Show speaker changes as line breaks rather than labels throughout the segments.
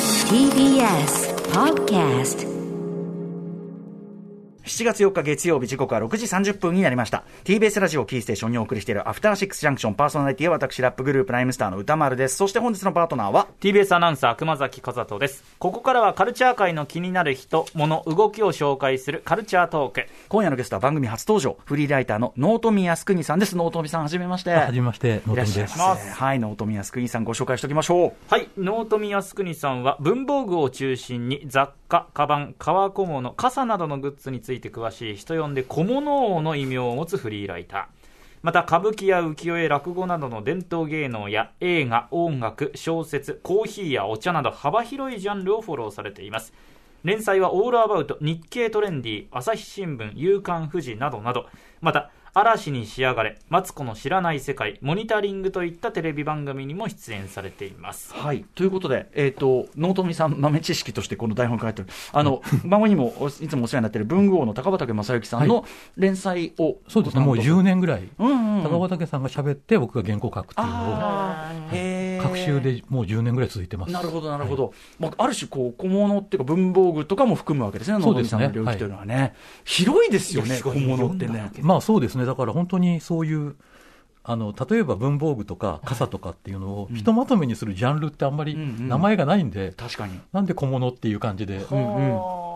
TBS Podcast
7月4日月曜日時刻は6時30分になりました TBS ラジオキーステーションにお送りしているアフターシックスジャンクションパーソナリティは私ラップグループライムスターの歌丸ですそして本日のパートナーは
TBS アナウンサー熊崎和人ですここからはカルチャー界の気になる人物動きを紹介するカルチャートーク
今夜のゲストは番組初登場フリーライターの納富靖国さんです納富さんはじめまして
はじめまして、
い
ノ
らっ
ート
しゃい
で。
ますせはい納富靖国さんご紹介しておきましょう
はい納富靖国さんは文房具を中心に雑貨カバン革小物傘などのグッズについて詳しい人呼んで小物王の異名を持つフリーライターまた歌舞伎や浮世絵落語などの伝統芸能や映画音楽小説コーヒーやお茶など幅広いジャンルをフォローされています連載はオールアバウト、日経トレンディ、朝日新聞、夕刊富士などなど、また、嵐に仕上がれ、マツコの知らない世界、モニタリングといったテレビ番組にも出演されています。
はい、ということで、えー、と納富さん、豆知識としてこの台本を書いてる、あの孫にもおいつもお世話になっている文具王の高畑正幸さんの連載を、
そうですね、もう10年ぐらい、
うんうん、
高畑さんが喋って、僕が原稿書くっていうのを、
あーへー
各週でもう10年ぐらい続いてます。
なるほど、なるほど、まあ、ある種こう、小物っていうか、文房具とかも含むわけですね、
そ
納
う
富
です
さ
ね
んの領域というのはね、広いですよね、小物ってね。
まあそうですね、だから本当にそういう、あの例えば文房具とか傘とかっていうのを、ひとまとめにするジャンルってあんまり
うんうん
名前がないんで、
確かに、
なんで小物っていう感じで、
うんうん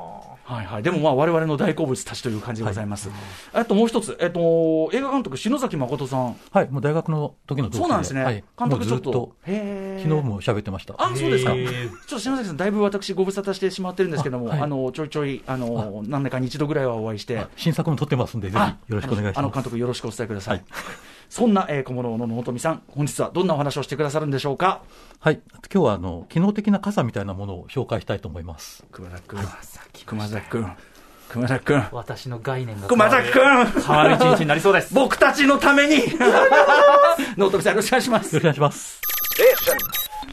はいはい、でもまあ、われわれの大好物たちという感じでございます。あともう一つ、えっと、映画監督、篠崎誠さん、
はい、もう大学の時の同期で、
そうなんですね、
はい、
監
もう
督、ち
ず
ょっ
っ
と、
と、
へー
昨日も喋ってました。
あ、そうですか。
へ
ちょ
ー
っと篠崎さん、だいぶ私、ご無沙汰してしまってるんですけども、あ,、
あはい
の、ちょいちょい、あの、何年かに一度ぐらいはお会いして、
新作も撮ってますんで、ぜひ
あ
よろしくお願いし
あのあの
ま
監
す。
督、よろしくお伝えください。
はい
そんな、えー、小物の納富さん、本日はどんなお話をしてくださるんでしょうか。
はい、今日はあの機能的な傘みたいなものを紹介したいと思います。
熊田君、熊崎君、熊崎君、
私の概念が変わ
熊
る
崎君、
変わる一日になりそうです。
僕たちのために、 納富さん、よろしくお願いしま
よ
す
ろしく。お願いします。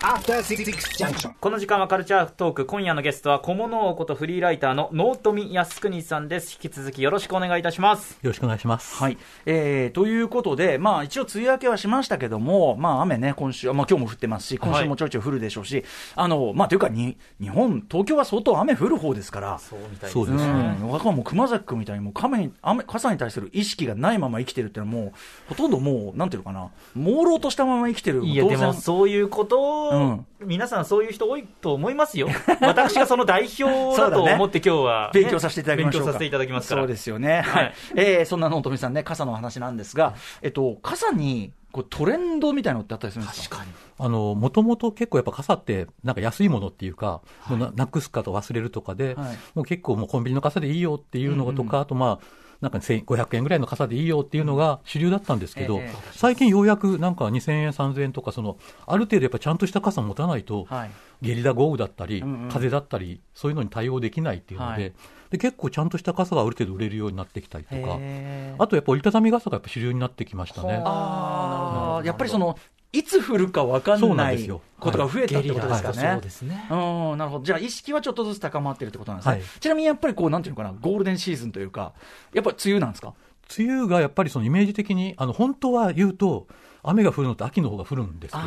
After Six Junction.
この時間はカルチャートーク、今夜のゲストは小物王ことフリーライターの納富靖国さんです。引き続きよろしくお願いいたします。
よろしくお願いします。
はいえーということで、まあ、一応、梅雨明けはしましたけども、まあ、雨ね、今週、まあ今日も降ってますし、今週もちょいちょい降るでしょうし、あのまあ、というかに、日本、東京は相当雨降る方ですから。
そうみたい
そう
です
です
う
ね。
ん、僕はもう熊崎君みたいにもう亀に雨傘に対する意識がないまま生きてるっていうのはもうほとんどもうなんていうのかな朦朧としたまま生きてる
いや
当
で
然
もそういうことを、
うん
皆さんそういう人多いと思いますよ私がその代表だと思って今日はね、
勉強させていただきましょう
勉強
か
させていただきますから
そうですよね、はい
はい
えーそんな納富さんね傘の話なんですが、えっと、傘にこうトレンドみたいなのってあったりするんですか
確かに
あの、もともと結構やっぱ傘って、なんか安いものっていうか、もうななくすかと忘れるとかで、
はい
もう結構もうコンビニの傘でいいよっていうのがとか、あとまあ、なんか1500円ぐらいの傘でいいよっていうのが主流だったんですけど、
ええ
最近ようやくなんか2000円、3000円とか、その、ある程度やっぱちゃんとした傘持たないと、
はい
ゲリラ豪雨だったり、
うんうん
風だったり、そういうのに対応できないっていうの
は
で、
い
で結構ちゃんとした傘がある程度売れるようになってきたりとか、
へー
あとやっぱ折りたたみ傘がやっぱ主流になってきましたね。
あーやっぱりそのいつ降るか分か
そ
ん
うな
なん
です
い
よ
ことが増えたってことですかね、
そうですね
うんなるほどじゃあ、意識はちょっとずつ高まってるってことなんですね、
はい
ちなみにやっぱりこう、なんていうのかな、ゴールデンシーズンというか、やっぱ梅雨なんですか、
梅雨がやっぱりそのイメージ的に、あの本当は言うと、雨が降るのって秋の方が降るんですけ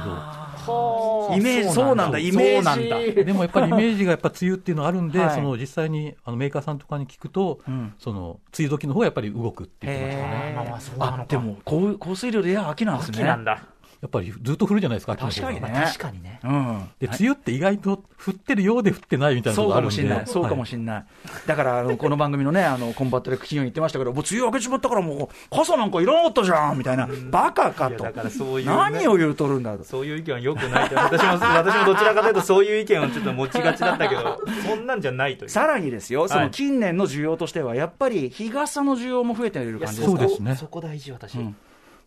イメージ、そうなんだ、イメージ、
ど、でもやっぱりイメージがやっぱ梅雨っていうのあるんで、
はい
その実際にあのメーカーさんとかに聞くと、
うん
その梅雨時の方がやっぱり動くって言ってましたね。
へー
まあまあそうなのか
あでも降、降水量でいや秋なんですね、
秋なんだ、
やっぱりずっと降るじゃないですか、秋の
確
方が
かにね、
確かにね
うん、
で、梅雨って意外と降ってるようで降ってないみたいな
そ
の
う
があ
か
る
も
ん
し
で。
れない、そうかもしれない、だからあのこの番組のね、あのコンバットで企業に言ってましたけど、もう梅雨明けちまったから、もう傘なんかいらなかったじゃんみたいな、バカか
いや
と
だからそうい、うね
何を言うとるんだと。
そういう意見は良くないと私も 私もどちらかというとそういう意見をちょっと持ちがちだったけ どそんなんじゃないという
さらにですよ、そ
は
の
い
近年の需要としては、やっぱり日傘の需要も増えている
いや
感じです
そ
か
うですね
そこ大事私、
ん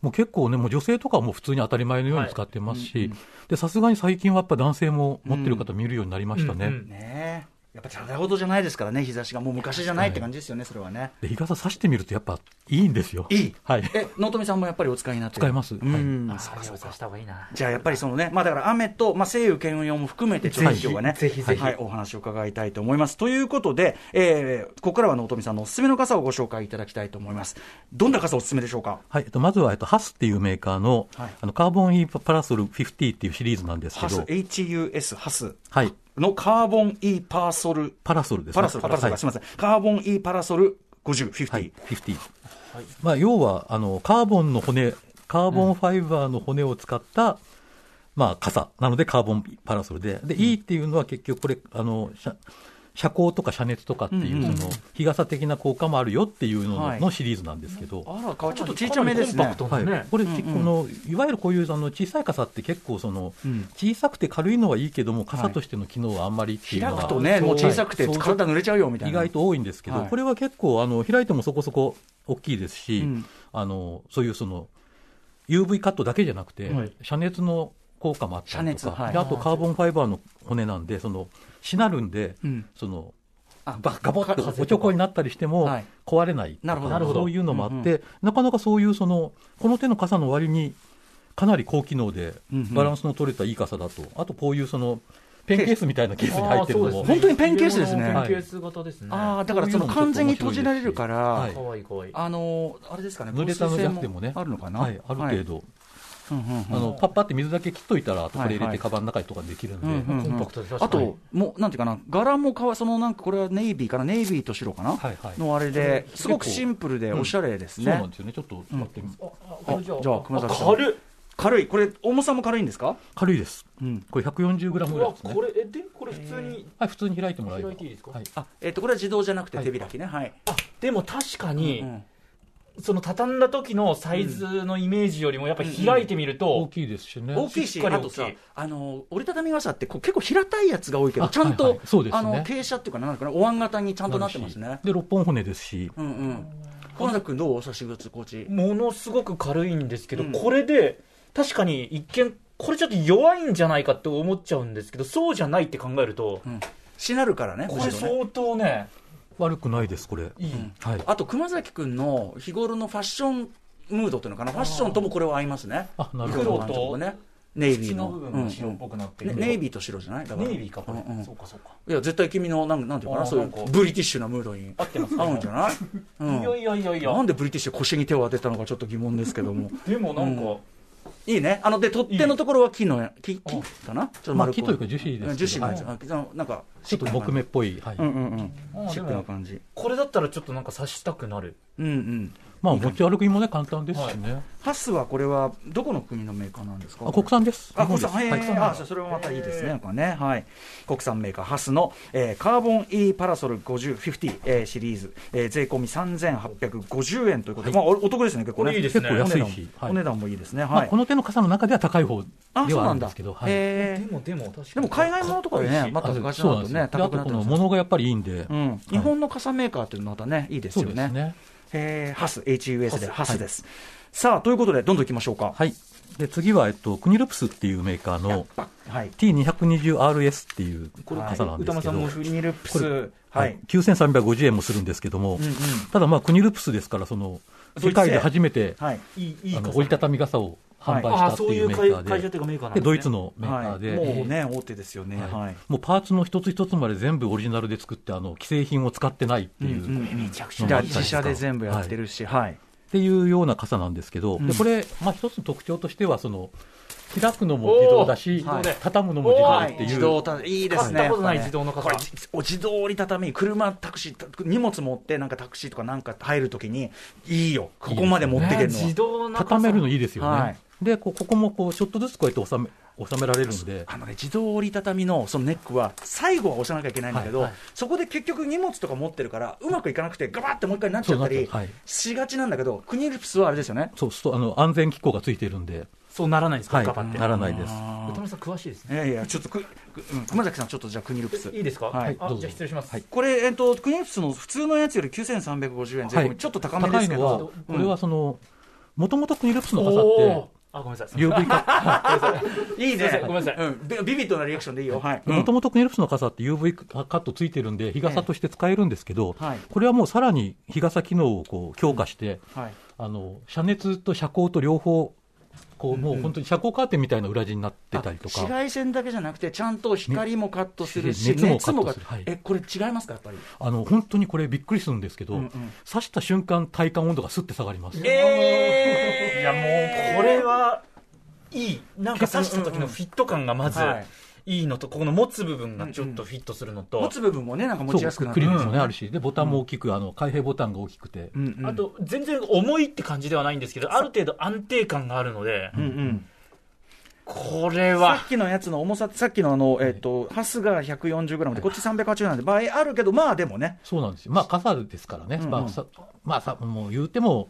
もう結構ね、もう女性とかはもう普通に当たり前のように使ってますし、でさすがに最近はやっぱ男性も持ってる方見るようになりましたね。
うんうん
ね
やっぱただごとじゃないですからね、日差しが、もう昔じゃないって感じですよね、それはね。
で日傘さしてみるとやっぱいいんですよ
いい、
はい
え納富さんもやっぱりお使いになってる
使います
うん
あそうそうそうした方がいいな
じゃあやっぱりそのね、まあ、だから雨と、まあ、晴雨兼用も含めて、ちょっと今日はね、
ぜひぜひ
はい、お話を伺いたいと思います。ということで、えーここからは納富さんのおすすめの傘をご紹介いただきたいと思います。どんな傘おすすめでしょうか
はい、えっとまずは、えっと、ハスっていうメーカーの,、
はい
あのカーボン E パラソル50っていうシリーズなんですけ
ハス、
ど、
HUS、ハス
はい、
のカーボン E パーソル、
パラソルですね。
パラソル、パラソル、
はい
すみません、カーボン E パラソル50、50。
はい、50。まあ、要は、あの、カーボンの骨、カーボンファイバーの骨を使った、まあ、傘。なので、カーボンパラソルで。で、E っていうのは結局これ、あの、遮遮光とか遮熱とかっていう、その、日傘的な効果もあるよっていうのの,、
はい
シリーズなんですけど。
あら、かわいいちょっとちっちゃめです
か
ね。
なりコンパクト
はい
ね、
これ、ちこのいわゆるこういうあの小さい傘って結構その、
うん
小さくて軽いのはいいけども傘としての機能はあんまりっていう
開
のは
くとね、もう小さくて
はい
体濡れちゃうよみたい
意
な。
外と多いんですけど、
はい
これは結構あの開いてもそこそこ大きいですし、
うん
あのそういうその UV カットだけじゃなくて、
はい
遮熱の効果もあったりと
遮熱
か、
はい
であとカーボンファイバーの骨なんでそのしなるんで、
うん
その
あ
バガボッとおちょこになったりしても
はい
壊れないとか、
なるほどなるほど
そういうのもあって、なかなかそういうそのこの手の傘の割にかなり高機能で
うんうん
バランスの取れたいい傘だと、あとこういうそのペンケースみたいなケースに入ってるのも、
ね本当にペンケースですね
はい
ペンケース型ですね。
ああ、だからその完全に閉じられるから、
はい
かわいいかわいい。
あのーあれですかね、
濡れたの
防水
じゃ
性
なくてもね、
あるのかな、
はい、ある程度、
うんうんうん
あのパッパって水だけ切っといたら、あとこれ入れ
はいは
て、
い
カバンの中にとかできるんで、
うんうん
コンパクトで確か
あ
に
と、もうなんていうかな、柄もかわそのなんかこれはネイビーかな、ネイビーと白かな、
はいはい
のあれで、
うん
すごくシンプルでおしゃれです
そうなん
ね。
ですよね、ちょっと使ってみます、
あじゃあ、熊崎さん、
軽っ
軽い、これ、重さも軽いんですか、
軽いです、
うん
これ140グラ
う
ムぐらい
わ
ですね
こ、れえでこれ普通に
はい、普通に開いてもらえば、
開いていいですか
はい、
あえっとこれは自動じゃなくて手開きね、はい。
あでも確か
う
に
ん
その畳んだ時のサイズのイメージよりもやっぱ開いてみる
大
と
きいですしね、
大きいし、
しっかり
あ
大きい
とさ、あの折りたたみ傘ってこう結構平たいやつが多いけど、
あ
ちゃん
は
と
いはいそうですね
あの傾斜っていうかな、なんかなお椀型にちゃんとなってますね。
で、6本骨ですし、
うんうん。小崎君どう差し靴コーチ。
ものすごく軽いんですけど、
うん
これで確かに一見これちょっと弱いんじゃないかって思っちゃうんですけどそうじゃないって考えると、
うん。しなるからね。
こ
む
れ
しろね
相当ね
悪くないです、これ、
いい、
はい、
あと熊崎君の日頃のファッションムードというのかな、ファッションともこれは合いますね。
あなるほ
黒
ど、
と
ね。ネイビー
口の
の
部分が白っぽくなって
うん
る、
うんねネイビーと白じゃないだから
ネイビーかこれ、
うんうん
そうかそうか
いや絶対君のなんなんていうかな
あー
そうい
なん
う
か
ブリティッシュなムードに
合ってます
合うんじゃないうん
いやいやいやいや
なんでブリティッシュ腰に手を当てたのかちょっと疑問ですけども
でもなんか、
うんいいねあので取っ手のところは木のや木木かなちょっと
まあ、
丸く
木というか樹脂ですけど、
樹脂のやつ
はい
あなんか
ちょっと木目っぽい、はい
うんうんうん
あー
シ
で
ックな
も
感じ
これだったらちょっとなんか刺したくなる
うんうん
まあ、持ち歩くにもね、簡単ですしね、
ハスはこれはどこの国のメーカーなんですか
あ国産です、
あ、
日本
国
です
産、へ
はい
ーあ、じゃあそれもまたいいですね、なんかね、はい。国産メーカー、ハスの、えーカーボン E パラソル50、50、えーシリーズ、えー税込み3850円ということで、まあ、おお得ですね、結構
こ
ね。
れいいです
結
ね
構安いし、
お値段もお値段もいいですね、
ま
は
あ、
い
こ。の手の傘の中では高い方
あ、
で
そう
はあ
な
る
ん
んで
だ
すけど、。はい
へ
で
ー
もでも確かに
でも海外物とかでね、また昔
そうなん
のと
です
ね
よ、であ
高く
と
なって
こ
ま
の
すね。
物がやっぱりいいんで、
うん、日本の傘メーカーというのはまたね、いいで
そ
す
う
よ
です
ね。
ね。
えーハス、HUS でハスです。さあ、ということで、どんどんいきましょうか。
はい。で、次は、えっと、クニルプスっていうメーカーの
はい。
T220RS っていう
これ
傘なんで
歌
す
間
け
さ
ど、
んもフリールップ
こ
ス
は
はいい、。9350円もするんですけども、
うん
ただまあ、クニルプスですから、その、
ドイツ製
世界で初めて、
はい。
いいいい
あの
傘
折りたたみ傘を販売
み
ああ
したって
そうい
いううメ
会
ーカ
会社
ー
というかメーカーなん
で、
ね
で、ドイツのメーカ
は
ー
い、
で、
もうね、大手ですよね。
はい
はい。
もうパーツの一つ一つまで全部オリジナルで作って、あの、既製品を使ってないっていう、
うんうん
めちゃくち
じゃ
ゃ
あ
いい
自社で全部やってるし、はい。
っていうような傘なんですけど、
ん
でこれ、まあ、一つの特徴としてはその、開くのも自動だし、
おーはい
畳むのも自動
は
っ
い
ていう、
自動たいいですね。
買ったことない
やっぱね
自動の傘
これじお自動折りたたみ、車、タクシー、た荷物持って、なんかタクシーとかなんか入るときに、いいよ、ここまで持っていけるのは。
自動の
畳めるのいいですよね。
はい
でこここもこうちょっとずつこうやって収め収められるんで、
あのね、自動折りたたみのそのネックは、最後は押さなきゃいけないんだけど、
はいはい
そこで結局、荷物とか持ってるから、うまくいかなくて、ガバってもう一回なっちゃった
そうな
り
っちゃうはい
しがちなんだけど、クニルプスはあれですよね。
そうそうあの安全機構がついてるんで、
そうならないんですか、
は
ガバっ
い、
て
な
歌
らないです。
丸さん詳しいですね
いやいや、ちょっとく、くうん熊崎さん、ちょっとじゃあ、クニルプス。
いいですか、
はい
あ
どうぞ
じゃあ失礼します、
これ、えっと、クニエプスの普通のやつより9350円税込み、
はい
ちょっと高めです
高
け
いのは
ど、、
これはそのもともとクニルプスの
おー
傘って
あ、ごめんなさい。すい
流
ま
分化。
いい
せん
ね
ごめんなさい。
うんビビビッドなリアクションでいいよはい
もともとクネルプスの傘って UV カットついてるんで、日傘として使えるんですけど、
えはい
これはもうさらに日傘機能をこう強化して、
はい
あの遮熱と遮光と両方、こうもう本当に遮光カーテンみたいな裏地になってたりと
あ紫
か、
外線だけじゃなくてちゃんと光もカットするし、
ね熱もカットする
熱も
はい
えこれ違いますかやっぱり
あの本当にこれ、びっくりするんですけど、
うんうん
刺した瞬間、体感温度がすって下がります。
せんいや、もう、これは、いい。なんか刺した時のフィット感がまず
はい、
いいのと、ここの持つ部分がちょっとフィットするの
持
と、
つ部分もねなんか持
そう
ちやすくな
ク
る
リップもね、あるし、で、ボタンも大きく、あの、開閉ボタンが大きくて、
うんうん
あと、全然重いって感じではないんですけど、ある程度安定感があるので、
うんうん
これ
さ
は
っ、きのやつの重さ、さっきのあの、えっ、と、ハスが 140g で、こっち380なんで、倍あるけど、まあでもね、
そうなんですよ。まあ、傘ですからね。
うんうん
まあ、さまあ、さ、もう言うても、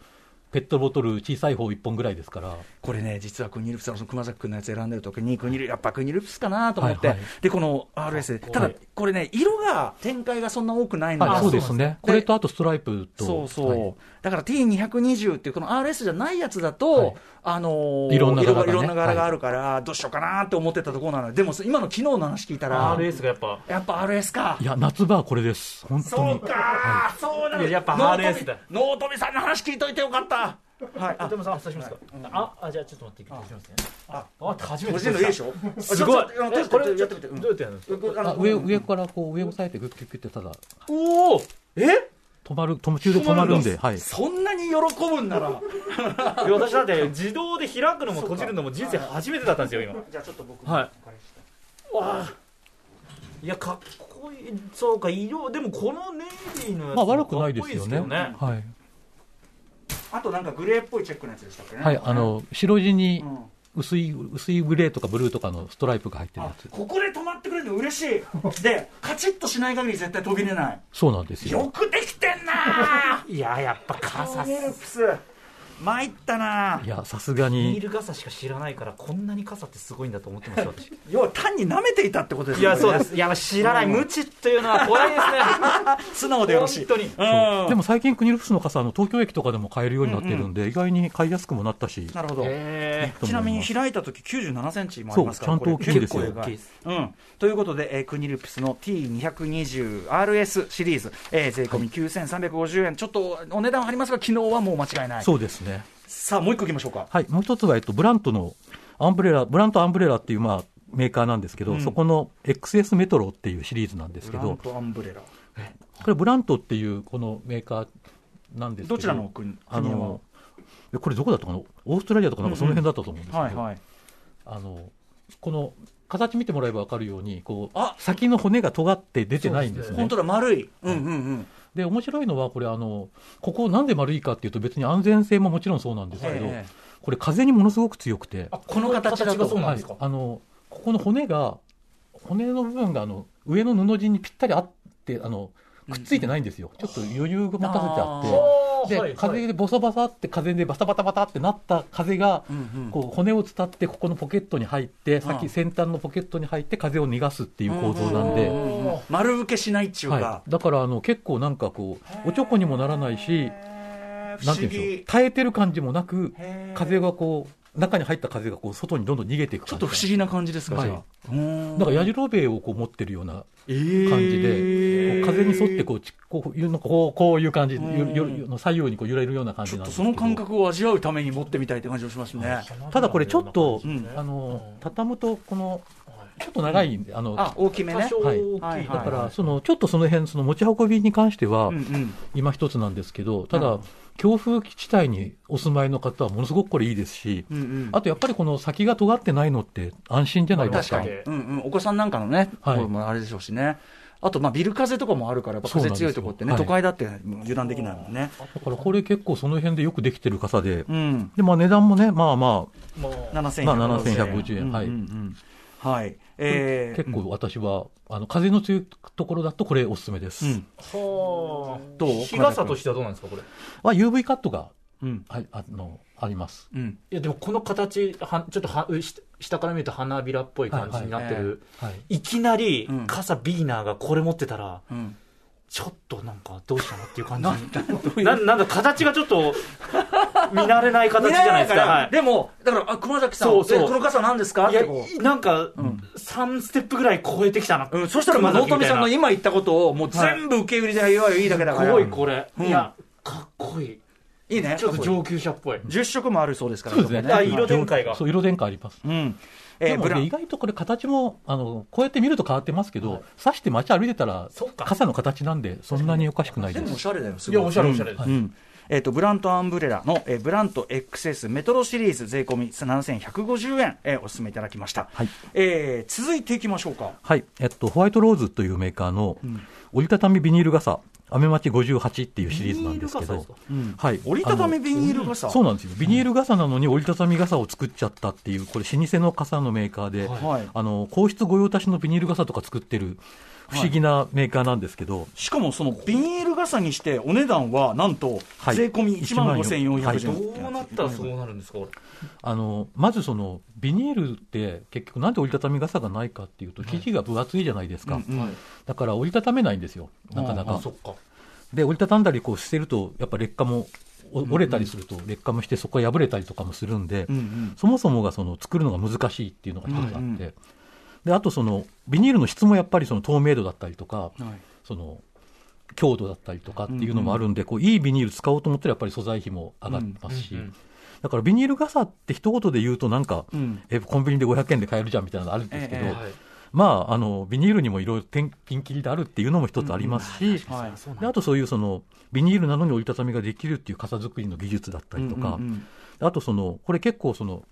ペットボトル小さい方一本ぐらいですから、
これね、実はクニルプスのその熊崎君のやつ選んでるときに、クニル、やっぱクニルプスかなと思って、
はいはい
で、この RS で、ただ、これね、色が展開がそんな多くないの
はい、
が
そうですね。これとあとストライプと、
そうそう、
はい
だから T220 っていう、この RS じゃないやつだと、
はい
あのー
いろんな柄がね
色いろんな柄があるから、どうしようかなって思ってたところなので、でも今の昨日の話聞いたら、
RS がやっぱ、
やっぱ RS か
い。や、夏場はこれです。本当に。
かー、そうなん
いややっぱ RS だ
ノートミさんの話聞いといてよかった。はい、あ
でもさん、失礼しますか。あ、あ、じゃあちょっと待って、行きますね。あ、あ、初め
個
て
人のいいでしょ
すごい
ちょっとちょっと
えこ
あのちょ
れ
っとやってみてうん
どうやってやるんですか
これあ
あ
の
上、上からこう、上を押さえて、グッキュッキュッってただ、
おおえ
止まる、途中で止まるんで、はい。
そんなに喜ぶんなら、
いや私だって自動で開くのも閉じるのも人生初めてだったんですよ今
じゃあちょっと僕、
はいいやかっこいいそうか色でもこのネイビーのやつ
まあ、悪くないですよね。
かっこいいですけど
はい。
あとなんかグレーっぽいチェックのやつでしたっけね。
はい、あの、白地に
うん
薄い、薄いグレーとかブルーとかのストライプが入ってるやつ。
ここで止まってくれるの嬉し い。で、カチッとしない限り絶対飛び出ない。
そうなんですよ。
よくできてんなー
いややっぱ傘っす
ヘルプス、参ったない
や、さすが
ビー
に、
ル傘しか知らないからこんなに傘ってすごいんだと思ってますよ私
要は単に舐めていたってことです
い
よ
や
ね。
そうですいや知らない無知というのは怖いですね
素直でよろしい。
本当に
うん
でも最近、クニルプスの傘、あの東京駅とかでも買えるようになってるんで、意外に買いやすくもなったし、
なるほど。
え
ちなみに開いたとき97センチもあ
そう
りますから、
ちゃんと大きいんですよ
これ結構
大きい
で
です
かいうん、ということで、えークニルプスの T220RS シリーズ、えー税込み9350円、ちょっとお値段はありますが、昨日はもう間違いない。
そうですね。
さあ、もう一個いきましょうか。
はい、もう一つは、えっと、ブラントのアンブレラ、ブラントアンブレラっていう、まあ、メーカーなんですけど、
ん
そこの XS メトロっていうシリーズなんです
ブ
け
ラン
ど、
トアンブレラ。
これ、ブラントっていうこのメーカーなんですけど、
どちらの国
あ
国は
のえこれ、どこだったかな、オーストラリアとかなんかその辺だったと思うんですけど、
はいはい。
あのこの形見てもらえば分かるようにこう
あ
先の骨が尖って出てないんですね。
本当だ、丸い。うんうんうん。
で面白いのはこれあのここなんで丸いかっていうと別に安全性ももちろんそうなんですけど、
ええ
これ風にものすごく強くて、
ー、
この形だと
がそうなんですか、
はいあのここの骨が骨の部分があの上の布地にぴったりあってあのくっついてないんですよ、ちょっと余裕が持たせてあって。
おー
で、
はいはい
風でボサボサって風でバサバタバタってなった風が、
んうん
こう骨を伝ってここのポケットに入って、先先端のポケットに入って風を逃がすっていう構造なんで、
うん丸受けしないっちゅう
は
か。
い、だからあの結構なんかこうおちょこにもならないし、
へー不
なんてい
思
うんでしょう
議。
耐えてる感じもなく
へー
風がこう中に入った風がこう外にどんどん逃げていく
ち
感
ょっ
じ
と不思議な感じですか、
はい
じゃあ。うーん
なんかやじろべえをこう持ってるような
えー
感じで、こう風に沿ってこうちこういうなんかこうこういう感じ
ん
よよの左右にこう揺れるような感
ち
じ
ょ
な
っ
ん
と
です
そ
けど
の感覚を味わうために持ってみたいって感じもしますね。
ただこれちょっと、
うん
あの畳むとこのちょっと長いんであの
あ、大きめね
多。少大きい、
はいはい
だからそのちょっとその辺その持ち運びに関しては、
うんうん。
今一つなんですけど、た
う
だ
ん、
強風地帯にお住まいの方はものすごくこれいいですし、
うんうん。
あとやっぱりこの先が尖ってないのって安心じゃないですか。
まあ確かに
うんうん、お子さんなんかのね、
はい
これもあれでしょうしね。あと、まあ、ビル風とかもあるから、やっぱ風強いとこってね、
そう
都
な
会だってもう油断できないもんね。
だからこれ結構その辺でよくできてる傘で、
うん。
で、まあ値段もね、まあま
もう
あ、
7150
まあ
円。
7150円、はい。
うんうんうんはい。えー
結構私は、あの、風の強いところだとこれおすすめです。
うん
はあ
どう
日傘としてはどうなんですかこれ
は UV カットが、
うん。
はい、あの、あります。
うん。
いやでもこの形はちょっとはうし下から見ると花びらっぽい感じになってる、
はい。
いきなり
うん
傘ビーナーがこれ持ってたら
うん。
ちょっとなんかどうしたのっていう感じななんだ形がちょっと見慣れない形じゃないですか
ら
はい
でも、だから、あ熊崎さん、
そうそう
でこの傘なんですかっ
いや
てこう。
なんか3ステップぐらい超えてきたな
うん、そしたら、もう、
熊崎み
納富
たい
さ
なん
の今言ったことを、もう全部受け売りで言わよいいだけだか
す
ら。
ごいこれ
うん
いやかっこいい
いいね。
ちょっと上級者っぽい
10色もあるそうですから、
そうですね。
ここ
あ色展開が
そう、色展開あります。
うん。え
で
ー、
も
ブラ
ね、
ン
意。外とこれ形も、あの、こうやって見ると変わってますけど、刺して街歩いてたら
そっ、か
傘の形なんで、そんなにおかしくない
で
で
もお
す。
しゃれだよ、す
い
ごい。
やおしゃれおしゃれ
うんうんえっとブラントアンブレラの、えーブラント XS メトロシリーズ税込み7150円、えーお勧めいただきました、
はい
えー続いていきましょうか
はい。えっと、ホワイトローズというメーカーの、折りたたみビニール傘、雨待ち58っていうシリーズなんですけ
ビニ
ど
ール、
はい。
折りたた
あの
みビニール傘
そうなんですよ、ビニール傘なのに折りたたみ傘を作っちゃったっていう、これ、老舗の傘のメーカーで、
はい
あの皇室御用達のビニール傘とか作ってる、不思議なメーカーなんですけど、
しかもそのビニール傘にしてお値段はなんと
はい
税込み1万
はい
5400
ど
円、
うなったらそうなるんですかこれ
あのまずそのビニールって、結局、なんで折りたたみ傘がないかっていうと、生地が分厚いじゃないですか、
うん
はい
だから折りたためないんですよ、なかな
あ
か
そ。っか
で、折りたたんだりこうしてると、やっぱ劣化も、お折れたりすると劣化もして、そこが破れたりとかもするんで、
うんうん
そもそもがその作るのが難しいっていうのが一つあって、
うんうん
であとそのビニールの質もやっぱりその透明度だったりとか、その強度だったりとかっていうのもあるんで、こういいビニール使おうと思ったらやっぱり素材費も上がってますし、
うんうんうん
だからビニール傘って一言で言うと、なんか、
うん
えコンビニで500円で買えるじゃんみたいなのあるんですけど、
ええ
はい
まあ、あのビニールにもいろいろピンキリであるっていうのも一つありますし、
はい
そうなん
で
だ
あとそういうそのビニールなのに折りたたみができるっていう傘作りの技術だったりとか、
うんうんうん
あとそのこれ結構その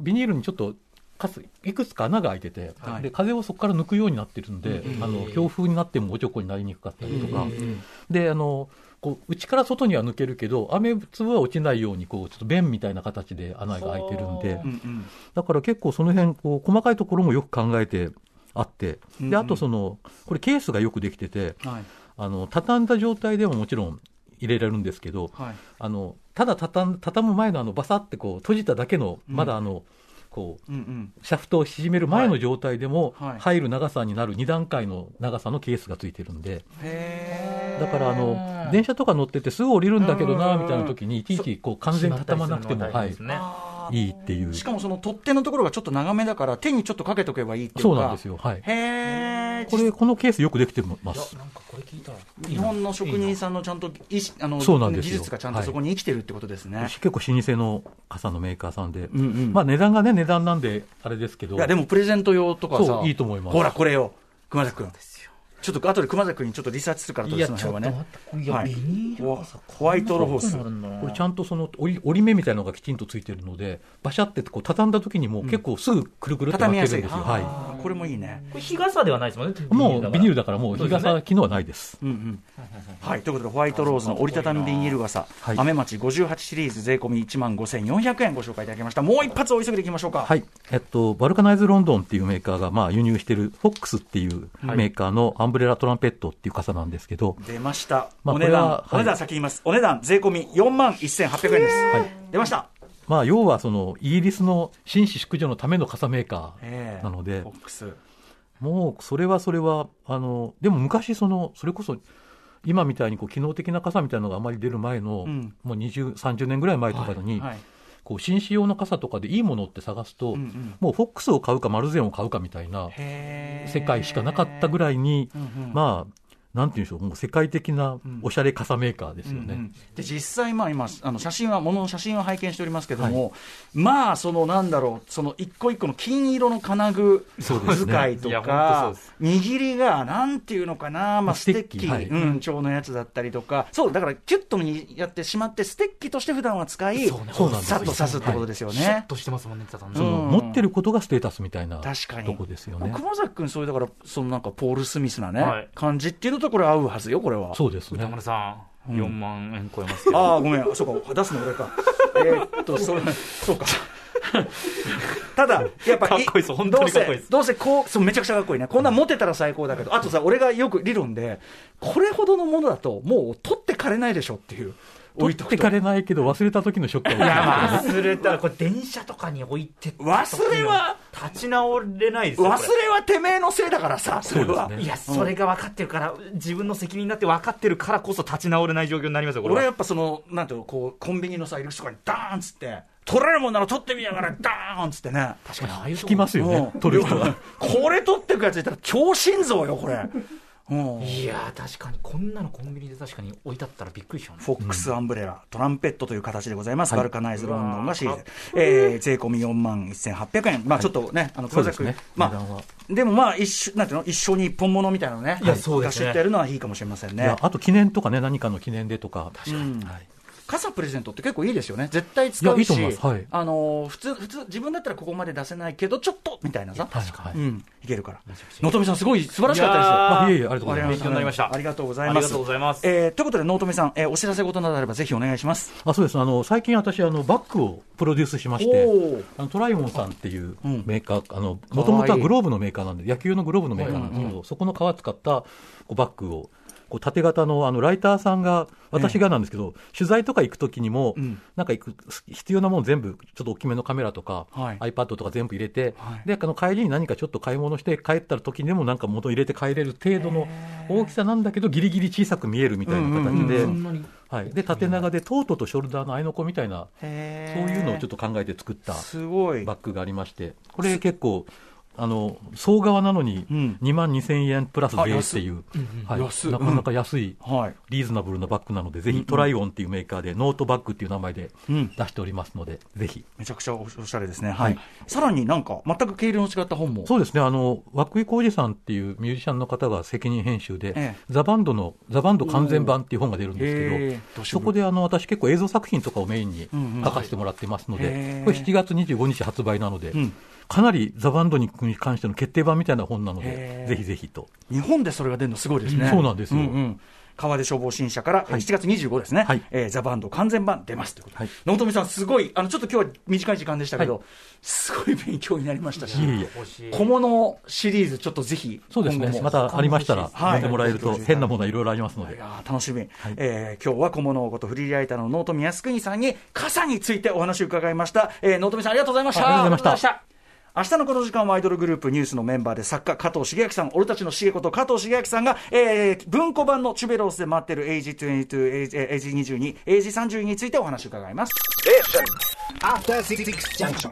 ビニールにちょっとかすいくつか穴が開いてて、
はい
で風をそこから抜くようになってるんで、
うん
あの強風になってもおちょこになりにくかったりとか、
うん
であのこう内から外には抜けるけど雨粒は落ちないようにこうちょっと弁みたいな形で穴が開いてるんで
はあ
うんうん
だから結構その辺こう細かいところもよく考えてあって
うんう
で
ん
あとそのこれケースがよくできてて
はい
あの畳んだ状態でももちろん入れられるんですけど、
はい
あのただ畳ん畳む前のあのバサってこう閉じただけの、
うん
まだあのこ
うんうん
うシャフトを縮める前の状態でも、
はいはい
入る長さになる2段階の長さのケースがついてるんで、
へー
だからあの電車とか乗っててすぐ降りるんだけどな
うん
みたいな時にいちいちこう完全に畳まなくて
し
も、
まった
は
り
い
する、のは大変ですね
あー
いいっていう、
しかもその取っ手のところがちょっと長めだから手にちょっとかけとけばいいっていう
そ
の
う
が
なんですよ、はい、
へえ
これこのケースよくできてま
い
す
や。なんかこれ聞いたら
日本の職人さんのちゃんといしあの
そうなんです
技
よ
術がちゃんとそこに生きてるってことですね、
結構老舗の傘のメーカーさんで、
うんうん
まあ値段がね、値段なんで、あれですけど、
いやでもプレゼント用とかさ
そういいと思います
ほらこれよ熊崎君ちょっと後で熊崎君にちょっとリサーチするから
いや
その辺は
ちょっ
ね
と待っていや
はい
ビニール傘
ホワイトロース
こんなことになるんだな
これちゃんとその折り折り目みたいなのがきちんとついてるので、バシャってこう畳んだ時にもう結構すぐくるくるってなっ
畳み
てるんで
や
すす
い
よ。は
あーこれもいいね
これ日傘ではないですもんね
い。もうビニール
だ
だからもう
そう
日
ですね
傘機能はないです。
うんうんはい、ということで、ホワイトローズの折りたたみビニール傘、
はい
雨町58シリーズ、税込み1万5400円、ご紹介いただきました、もう一発お急ぎでいきましょうか。
はい。えっと、バルカナイズロンドンっていうメーカーがまあ輸入してる、フォックスっていうメーカーのアンブレラトランペットっていう傘なんですけど、
出ました、
まあ
お
こ
値
れ
段
は、
お値
は
段
い
先言います、お値段税込み4万1800円です、
はい
出ました、
まあ要はそのイギリスの紳士淑女のための傘メーカーなので
ボ、ックス、
もうそれはそれは、あの、でも昔その、それこそ、今みたいにこう機能的な傘みたいなのがあまり出る前の、
うん
もう20、30年ぐらい前とかに、
はい、
こう紳士用の傘とかでいいものって探すと、
うんうん
もうフォックスを買うか丸善を買うかみたいな
へー
世界しかなかったぐらいに、
うんうん
まあなんていうんでしょうもう世界的なんおしゃれ傘メーカーですよね、
うんうんで実際、まあ、今あの写真は、ものの写真は拝見しておりますけども、まあ、そのなんだろう、その一個一個の金色の金具
そうですね
使いと
いや
か
本当そう、
握りがなんていうのかな、まあ、ス
ス
テ
テ
ッ
ッ
キ、
キはい
うん、蝶のやつだったりとか、そう、だからキュッとにやってしまって、ステッキとして普段は使い、
そうね
そうなんです
さっと刺すってことですよ
シュッ
ね。
としてますもんね畳んで
その
うん
持ってることがステータスみたいな
確かに
とこですよね
熊崎君、そういうだから、そのなんかポール・スミスなね、
はい
感じっていうのと、これ合うはずよ、これは。
そうですね
歌丸さん、
ん
4万円超えますけど
ああ、ごめん、そうか、出すの 俺か。えーっと、それ、そうか。ただ、やっぱ
かっこいいっす本当にかっこいいっす
どうせ、どうせこう、そう、めちゃくちゃかっこいいね。こんなん持てたら最高だけど、あとさ、俺がよく理論で、これほどのものだと、もう取ってかれないでしょっていう。置
置
い
い
と
と
くと
くてかれないけど、忘れた時のショック
い
は
や、忘れたら、これ、電車とかに置いてった時の
忘れは、
立ち直れないです
忘
よ、
れ
これ
はてめえのせいだからさ、それは。
そうで
い
す
や、それが分かってるから、自分の責任だって分かってるからこそ立ち直れない状況になりますよ、これ
俺はや
は。
っぱその、なんていうのこう、コンビニのさ、入り口とかにダーンっつって、取れるもんなら取ってみやがら、ダーンっつってね。
確かに、ああいうと
聞
こ
きますよね
うん、
取る人は。
これ取ってくやついたら、強心臓よ、これ。うん
いやー、確かに、こんなのコンビニで確かに置いてあったらびっくりしちゃうね
フォックスアンブレラ、トランペットという形でございます、バルカナイズロンドンがシリーズ
うわ、
えー税込み4万1800円、まあ、ちょっとね、あの
そうですね
黒崎ま
値段は
あ、でもまあ一緒、なんていうの、一生に一本ものみたいなのね、
いやそうですね
出してやるのはいいかもしれません
い
ね
や、あと記念とかね、何かの記念でとか。確か
に
はい
傘プレゼントって結構いいですよね、絶対使
いうやいいと
し、
思いますはい
あのー普通、普通、自分だったらここまで出せないけど、ちょっとみたいなさ、
確かに
うん、いけるから、能富さん、すごい素晴らしかったです
いやー
あいえいえ、ありがとうございま
勉
す。
強になりました
ありがとうございます。
ありがとうございます
えーということで、納富さん、えーお知らせ事などあれば、ぜひお願いします。
あそうですあの最近、私あの、バッグをプロデュースしまして
おー、
あのトライモンさんっていう
うん
メーカー、もともとはグローブのメーカーなんで、野球のグローブのメーカーなんですけど、そこの革使ったこうバッグを、こう縦型のあのライターさんが、私がなんですけど、取材とか行くときにも、
ん
なんか行く必要なもの全部、ちょっと大きめのカメラとか、
はい
iPad とか全部入れて、
はい
であの帰りに何かちょっと買い物して、帰った時にでもなんか物入れて帰れる程度の大きさなんだけど、ギリギリ小さく見えるみたいな形で。はい、で縦長でトートとショルダーの合いの子みたいな、そ
そう
うい
いう
のをちょっと考えて作った
すごい。
バッグがありまして、これ結構、あの総側なのに
うん
2万2000円プラス税っていう、はい
安い
なかなか安い、
はい。
リーズナブルなバッグなので、ぜひトライオンっていうメーカーで、ノートバッグっていう名前で
うん
出しておりますので、ぜひ。
めちゃくちゃおおしゃれですね。はい。さらになんか、全く経路の違った本も。
そうですね、あの、涌井浩二さんっていうミュージシャンの方が責任編集で、
ええ
ザ・バンドの、ザ・バンド完全版っていう本が出るん
おーへ
で
え
すけ
ど
ど、
し
そ
ぶ
こであの、私結構映像作品とかをメインに
んうん
書かせてもらってますので、
へえ
これ7月25日発売なので、
ん
かなりザ・バンドに関しての決定版みたいな本なの
へ
で
え、
ぜひぜひと。
日本でそれが出るのすごいですね。
うんそうなんですよ
ん川出消防新社から、7月25ですね、
はい
えーザ・バンド完全版出ますということで、
はい
納富さん、すごい、あのちょっと今日は短い時間でしたけど、
はい
すごい勉強になりましたし、
いえいえ
欲しい
小物シリーズ、ちょっとぜひ、
そうです
今
ね
後、も
またありましたら、
はい
読んでもらえると、変なものはいろいろありますの
い
で。
やー楽しみ、えー今日は小物ことフリーライターの納富靖国さんに傘についてお話を伺いました、えー、納富さんありがとうございました
ありがとうございました
明日のこの時間はアイドルグループニュースのメンバーで作家加藤茂明さん俺たちの茂子と加藤茂明さんが、えー文庫版のチュベロースで待ってる AG22 AG22 AG32 についてお話を伺います
Station. After Six Junction.